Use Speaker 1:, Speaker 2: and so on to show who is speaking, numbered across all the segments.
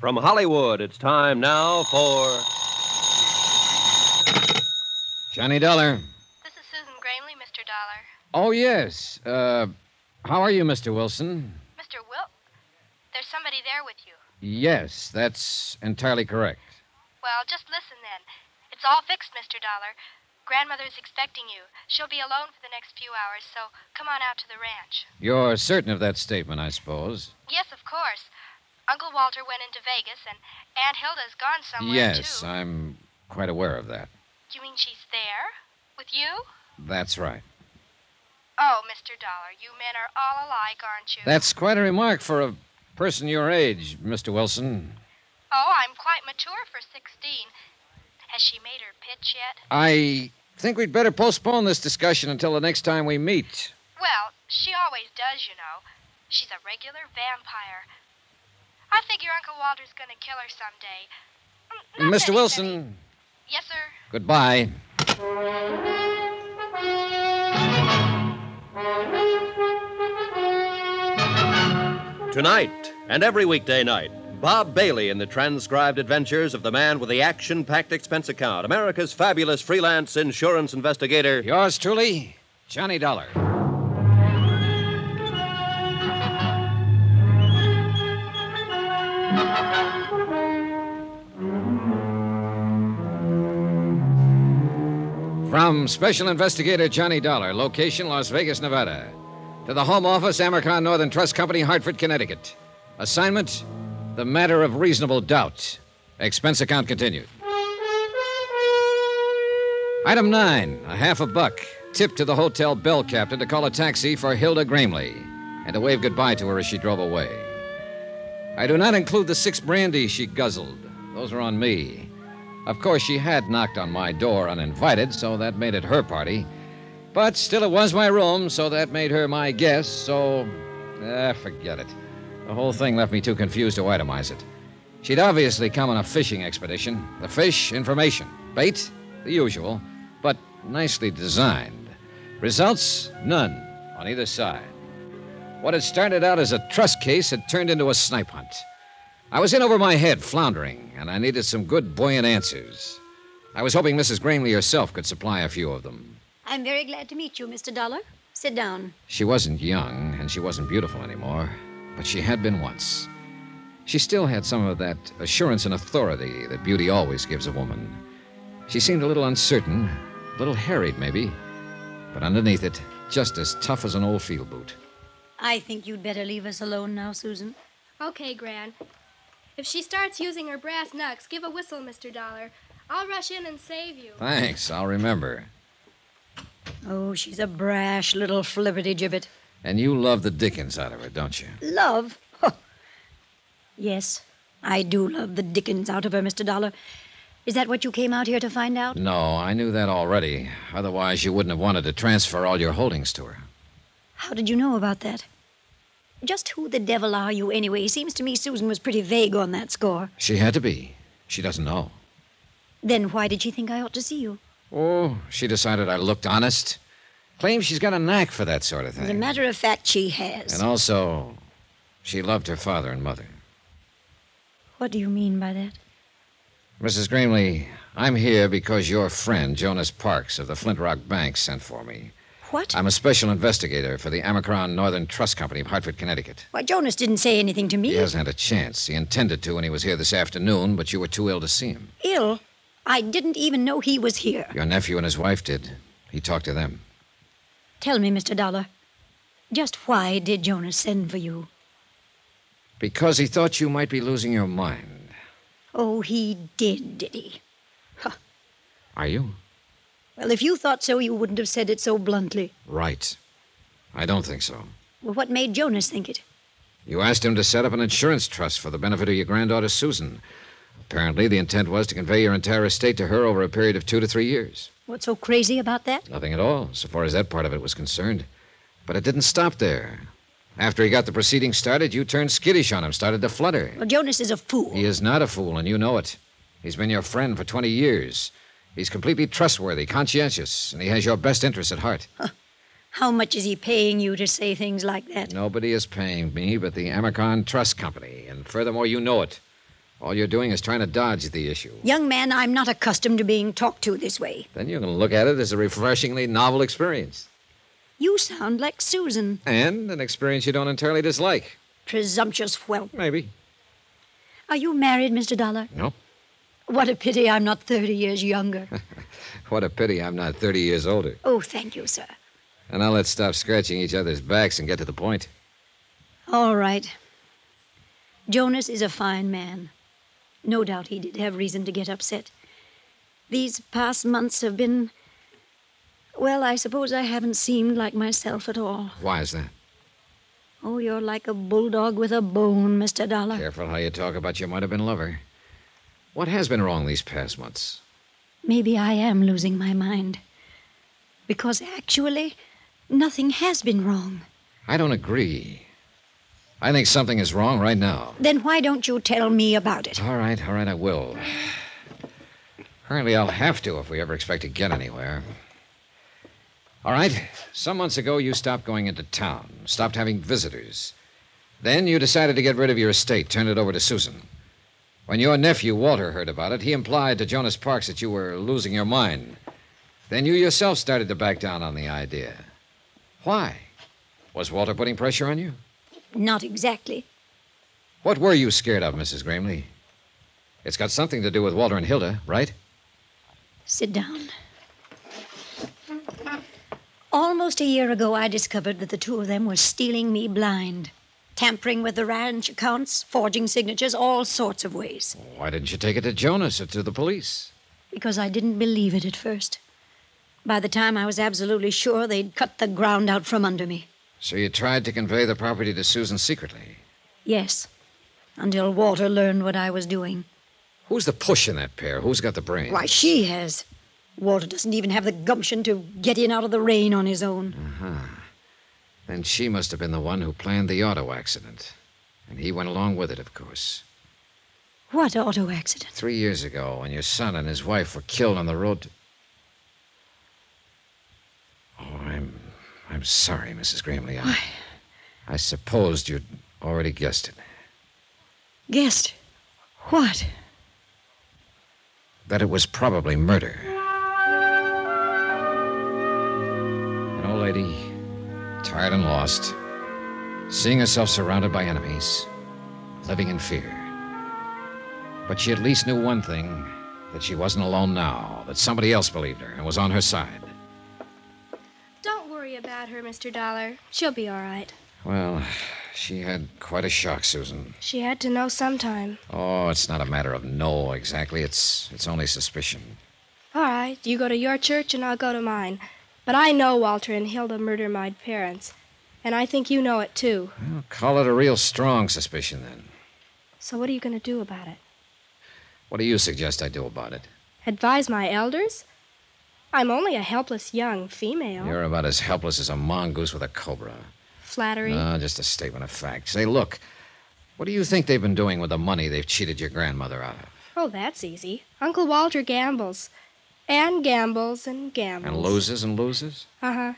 Speaker 1: From Hollywood, it's time now for.
Speaker 2: Johnny Dollar.
Speaker 3: This is Susan Gramley, Mr. Dollar.
Speaker 2: Oh, yes. Uh, how are you, Mr. Wilson?
Speaker 3: Mr. Wil. There's somebody there with you.
Speaker 2: Yes, that's entirely correct.
Speaker 3: Well, just listen then. It's all fixed, Mr. Dollar. Grandmother is expecting you. She'll be alone for the next few hours, so come on out to the ranch.
Speaker 2: You're certain of that statement, I suppose.
Speaker 3: Yes, of course. Uncle Walter went into Vegas, and Aunt Hilda's gone somewhere,
Speaker 2: yes,
Speaker 3: too.
Speaker 2: uh I'm quite aware of that.
Speaker 3: You mean she's there? With you?
Speaker 2: That's right.
Speaker 3: Oh, Mr. Dollar, you men are all alike, aren't you?
Speaker 2: That's quite a remark for a person your age, Mr. Wilson.
Speaker 3: Oh, I'm quite mature for 16. Has she made her pitch yet?
Speaker 2: I think we'd better postpone this discussion until the next time we meet.
Speaker 3: Well, she always does, you know. She's a regular vampire. I figure Uncle Walter's going to kill her someday. Mm, not that
Speaker 2: Mr.
Speaker 3: he's any-
Speaker 2: Wilson,
Speaker 3: Yes, sir.
Speaker 2: goodbye.
Speaker 1: Tonight and every weekday night, Bob Bailey in the transcribed adventures of the man with the action packed expense account, America's fabulous freelance insurance investigator.
Speaker 2: Yours truly, Johnny Dollar. From Special Investigator Johnny Dollar, location Las Vegas, Nevada, to the Home Office, Amercon Northern Trust Company, Hartford, Connecticut. Assignment The Matter of Reasonable Doubt. Expense account continued. Item nine, a half a buck. Tip to the hotel bell captain to call a taxi for Hilda Gramley and to wave goodbye to her as she drove away. I do not include the six brandies she guzzled. Those are on me. Of course, she had knocked on my door uninvited, so that made it her party. But still, it was my room, so that made her my guest, so. Ah, forget it. The whole thing left me too confused to itemize it. She'd obviously come on a fishing expedition. The fish, information. Bait, the usual, but nicely designed. Results, none on either side. What had started out as a trust case had turned into a snipe hunt. I was in over my head, floundering, and I needed some good, buoyant answers. I was hoping Mrs. Gramley herself could supply a few of them.
Speaker 4: I'm very glad to meet you, Mr. Dollar. Sit down.
Speaker 2: She wasn't young, and she wasn't beautiful anymore, but she had been once. She still had some of that assurance and authority that beauty always gives a woman. She seemed a little uncertain, a little harried, maybe, but underneath it, just as tough as an old field boot.
Speaker 4: I think you'd better leave us alone now, Susan.
Speaker 5: Okay, Gran. If she starts using her brass knucks, give a whistle, Mr. Dollar. I'll rush in and save you.
Speaker 2: Thanks, I'll remember.
Speaker 4: Oh, she's a brash little flipperty gibbet.
Speaker 2: And you love the dickens out of her, don't you?
Speaker 4: Love? yes, I do love the dickens out of her, Mr. Dollar. Is that what you came out here to find out?
Speaker 2: No, I knew that already. Otherwise, you wouldn't have wanted to transfer all your holdings to her.
Speaker 4: How did you know about that? Just who the devil are you, anyway? Seems to me Susan was pretty vague on that score.
Speaker 2: She had to be. She doesn't know.
Speaker 4: Then why did she think I ought to see you?
Speaker 2: Oh, she decided I looked honest. Claims she's got a knack for that sort of
Speaker 4: As a
Speaker 2: thing.
Speaker 4: matter of fact, she has.
Speaker 2: And also, she loved her father and mother.
Speaker 4: What do you mean by that?
Speaker 2: Mrs. Gramley, I'm here because your friend, Jonas Parks of the Flint Rock Bank, sent for me.
Speaker 4: What?
Speaker 2: I'm a special investigator for the Amicron Northern Trust Company of Hartford, Connecticut.
Speaker 4: Why, Jonas didn't say anything to me.
Speaker 2: He hasn't had a chance. He intended to when he was here this afternoon, but you were too ill to see him.
Speaker 4: Ill? I didn't even know he was here.
Speaker 2: Your nephew and his wife did. He talked to them.
Speaker 4: Tell me, Mr. Dollar, just why did Jonas send for you?
Speaker 2: Because he thought you might be losing your mind.
Speaker 4: Oh, he did, did he?
Speaker 2: Are you?
Speaker 4: Well, if you thought so, you wouldn't have said it so bluntly.
Speaker 2: Right. I don't think so.
Speaker 4: Well, what made Jonas think it?
Speaker 2: You asked him to set up an insurance trust for the benefit of your granddaughter, Susan. Apparently, the intent was to convey your entire estate to her over a period of two to three years.
Speaker 4: What's so crazy about that?
Speaker 2: Nothing at all, so far as that part of it was concerned. But it didn't stop there. After he got the proceedings started, you turned skittish on him, started to flutter.
Speaker 4: Well, Jonas is a fool.
Speaker 2: He is not a fool, and you know it. He's been your friend for 20 years. He's completely trustworthy, conscientious, and he has your best interests at heart.
Speaker 4: How much is he paying you to say things like that?
Speaker 2: Nobody is paying me but the Amicon Trust Company, and furthermore, you know it. All you're doing is trying to dodge the issue.
Speaker 4: Young man, I'm not accustomed to being talked to this way.
Speaker 2: Then you can look at it as a refreshingly novel experience.
Speaker 4: You sound like Susan.
Speaker 2: And an experience you don't entirely dislike.
Speaker 4: Presumptuous whelp.
Speaker 2: Maybe.
Speaker 4: Are you married, Mr. Dollar?
Speaker 2: No.
Speaker 4: What a pity I'm not 30 years younger.
Speaker 2: What a pity I'm not 30 years older.
Speaker 4: oh, thank you, sir.
Speaker 2: And now let's stop scratching each other's backs and get to the point.
Speaker 4: All right. Jonas is a fine man. No doubt he did have reason to get upset. These past months have been. Well, I suppose I haven't seemed like myself at all.
Speaker 2: Why is that?
Speaker 4: Oh, you're like a bulldog with a bone, Mr. Dollar.
Speaker 2: Careful how you talk about your might have been lover. What has been wrong these past months?
Speaker 4: Maybe I am losing my mind. Because actually, nothing has been wrong.
Speaker 2: I don't agree. I think something is wrong right now.
Speaker 4: Then why don't you tell me about it?
Speaker 2: All right, all right, I will. Apparently, I'll have to if we ever expect to get anywhere. All right, some months ago, you stopped going into town, stopped having visitors. Then you decided to get rid of your estate, turned it over to Susan. When your nephew, Walter, heard about it, he implied to Jonas Parks that you were losing your mind. Then you yourself started to back down on the idea. Why? Was Walter putting pressure on you?
Speaker 4: Not exactly.
Speaker 2: What were you scared of, Mrs. Gramley? It's got something to do with Walter and Hilda, right?
Speaker 4: Sit down. Almost a year ago, I discovered that the two of them were stealing me blind, tampering with the ranch accounts, forging signatures, all sorts of ways,
Speaker 2: Why didn't you take it to Jonas or to the police?
Speaker 4: because I didn't believe it at first. By the time I was absolutely sure, they'd cut the ground out from under me.
Speaker 2: So you tried to convey the property to Susan secretly.
Speaker 4: Yes, until Walter learned what I was doing.
Speaker 2: Who's the push in that pair? Who's got the brain?
Speaker 4: Why, she has. Walter doesn't even have the gumption to get in out of the rain on his own.
Speaker 2: Then she must have been the one who planned the auto accident. And he went along with it, of course.
Speaker 4: What auto accident?
Speaker 2: Three years ago, when your son and his wife were killed on the road to. Oh, I'm. I'm sorry, Mrs. Gramley. I, I supposed you'd already guessed it.
Speaker 4: Guessed. What?
Speaker 2: that it was probably murder. An old lady, tired and lost, seeing herself surrounded by enemies, living in fear. But she at least knew one thing that she wasn't alone now, that somebody else believed her and was on her side.
Speaker 5: Don't worry about her, Mr. Dollar. She'll be all right.
Speaker 2: Well, she had quite a shock, Susan.
Speaker 5: She had to know sometime.
Speaker 2: Oh, it's not a matter of no exactly. It's it's only suspicion.
Speaker 5: All right, you go to your church and I'll go to mine. But I know Walter and Hilda murdered my parents. And I think you know it, too.
Speaker 2: Well, call it a real strong suspicion then.
Speaker 5: So what are you going to do about it?
Speaker 2: What do you suggest I do about it?
Speaker 5: Advise my elders? I'm only a helpless young female.
Speaker 2: You're about as helpless as a mongoose with a cobra.
Speaker 5: Flattery.
Speaker 2: No, just a statement of fact. Say, look, what do you think they've been doing with the money they've cheated your grandmother out of?
Speaker 5: Oh, that's easy. Uncle Walter gambles. And gambles and gambles.
Speaker 2: And loses and loses?
Speaker 5: Uh huh.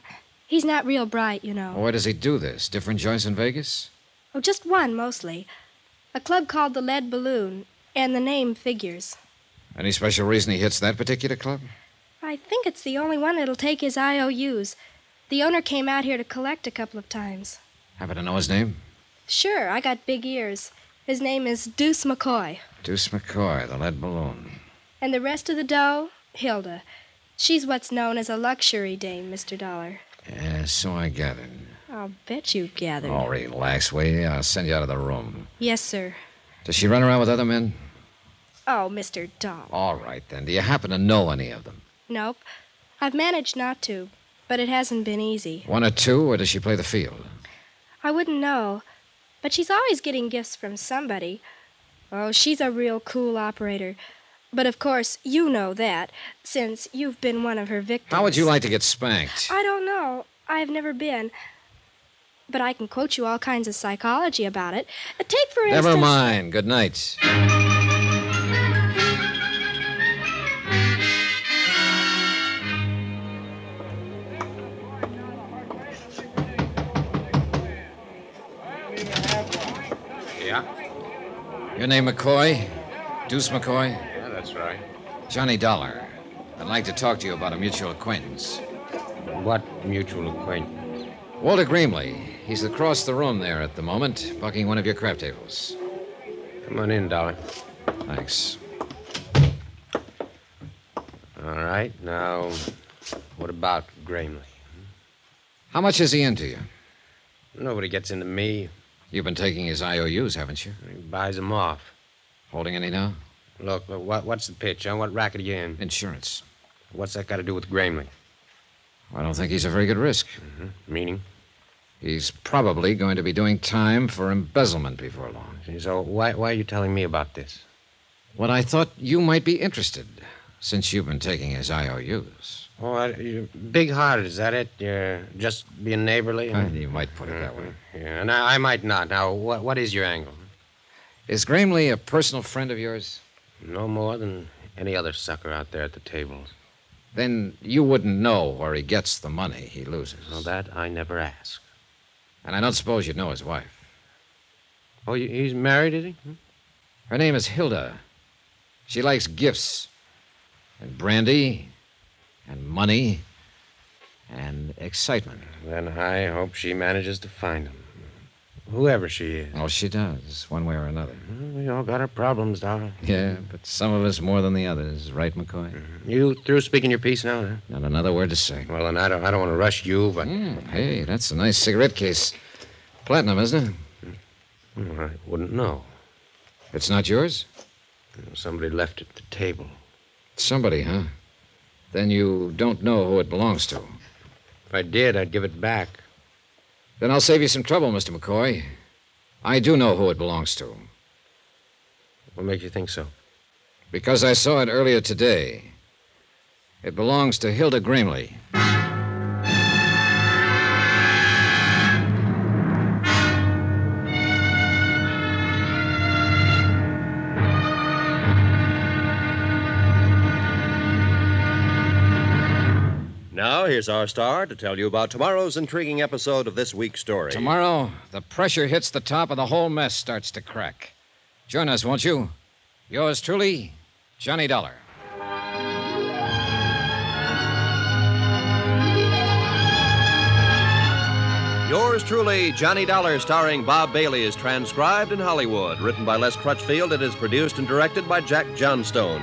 Speaker 5: He's not real bright, you know.
Speaker 2: Why does he do this? Different joints in Vegas?
Speaker 5: Oh, just one mostly. A club called the Lead Balloon, and the name figures.
Speaker 2: Any special reason he hits that particular club?
Speaker 5: I think it's the only one that'll take his IOUs. The owner came out here to collect a couple of times.
Speaker 2: Happen to know his name?
Speaker 5: Sure, I got big ears. His name is Deuce McCoy.
Speaker 2: Deuce McCoy, the lead balloon.
Speaker 5: And the rest of the dough, Hilda. She's what's known as a luxury dame, Mr. Dollar.
Speaker 2: Yeah, so I gathered.
Speaker 5: I'll bet you gathered.
Speaker 2: Oh, relax, will you? I'll send you out of the room.
Speaker 5: Yes, sir.
Speaker 2: Does she run around with other men?
Speaker 5: Oh, Mr. Dollar.
Speaker 2: All right, then. Do you happen to know any of them?
Speaker 5: Nope. I've managed not to, but it hasn't been easy.
Speaker 2: One or two, or does she play the field?
Speaker 5: I wouldn't know, but she's always getting gifts from somebody. Oh, she's a real cool operator. But of course, you know that, since you've been one of her victims.
Speaker 2: How would you like to get spanked?
Speaker 5: I don't know. I've never been. But I can quote you all kinds of psychology about it. Take, for instance.
Speaker 2: Never mind. Good night.
Speaker 6: Yeah?
Speaker 2: Your name McCoy? Deuce McCoy?
Speaker 6: Yeah, that's right.
Speaker 2: Johnny Dollar. I'd like to talk to you about a mutual acquaintance.
Speaker 6: What mutual acquaintance?
Speaker 2: Walter Greenley. He's across the room there at the moment, bucking one of your crap tables.
Speaker 6: Come on in, Dollar.
Speaker 2: Thanks.
Speaker 6: All right, now, what about Gramley?
Speaker 2: How much is he into you?
Speaker 6: Nobody gets into me.
Speaker 2: You've been taking his IOUs, haven't you?
Speaker 6: He buys them off.
Speaker 2: Holding any now?
Speaker 6: Look, look, what, what's the pitch? On what racket are you in?
Speaker 2: Insurance.
Speaker 6: What's that got to do with Gramley?
Speaker 2: I don't think he's a very good risk.
Speaker 6: Meaning?
Speaker 2: He's probably going to be doing time for embezzlement before long.
Speaker 6: So "Oh, why, why are you telling me about this?
Speaker 2: Well, I thought you might be interested, since you've been taking his IOUs.
Speaker 6: Oh, I, you're big-hearted, is that it? You're just being neighborly?
Speaker 2: Uh, You might put it that way.
Speaker 6: Yeah, and I, I might not. Now, what, what is your angle?
Speaker 2: Is Gramley a personal friend of yours?
Speaker 6: No more than any other sucker out there at the tables.
Speaker 2: Then you wouldn't know where he gets the money he loses.
Speaker 6: Well, that I never ask.
Speaker 2: And I don't suppose you'd know his wife.
Speaker 6: Oh, you- he's married, is he?
Speaker 2: Her name is Hilda. She likes gifts, and brandy, and money, and excitement.
Speaker 6: Then I hope she manages to find him. Whoever she is.
Speaker 2: Well, she does, one way or another.
Speaker 6: Well, We all got our problems, Dollar.
Speaker 2: Yeah, but some of us more than the others, right, McCoy?
Speaker 6: You through speaking your piece now, huh?
Speaker 2: Not another word to say.
Speaker 6: Well, then I don't, I don't want to rush you, but
Speaker 2: Mm, hey, that's a nice cigarette case. Platinum, isn't it?
Speaker 6: Hmm, I wouldn't know.
Speaker 2: It's not yours?
Speaker 6: Somebody left it at the table.
Speaker 2: Somebody, huh? Then you don't know who it belongs to.
Speaker 6: If I did, I'd give it back.
Speaker 2: Then I'll save you some trouble, Mr. McCoy. I do know who it belongs to,
Speaker 6: What makes you think so?
Speaker 2: because I saw it earlier today. It belongs to Hilda Gramley.
Speaker 1: Now, here's our star to tell you about tomorrow's intriguing episode of this week's story.
Speaker 2: Tomorrow, the pressure hits the top and the whole mess starts to crack. Join us, won't you? Yours truly, Johnny Dollar.
Speaker 1: Yours truly, Johnny Dollar, starring Bob Bailey, is transcribed in Hollywood. Written by Les Crutchfield, it is produced and directed by Jack Johnstone.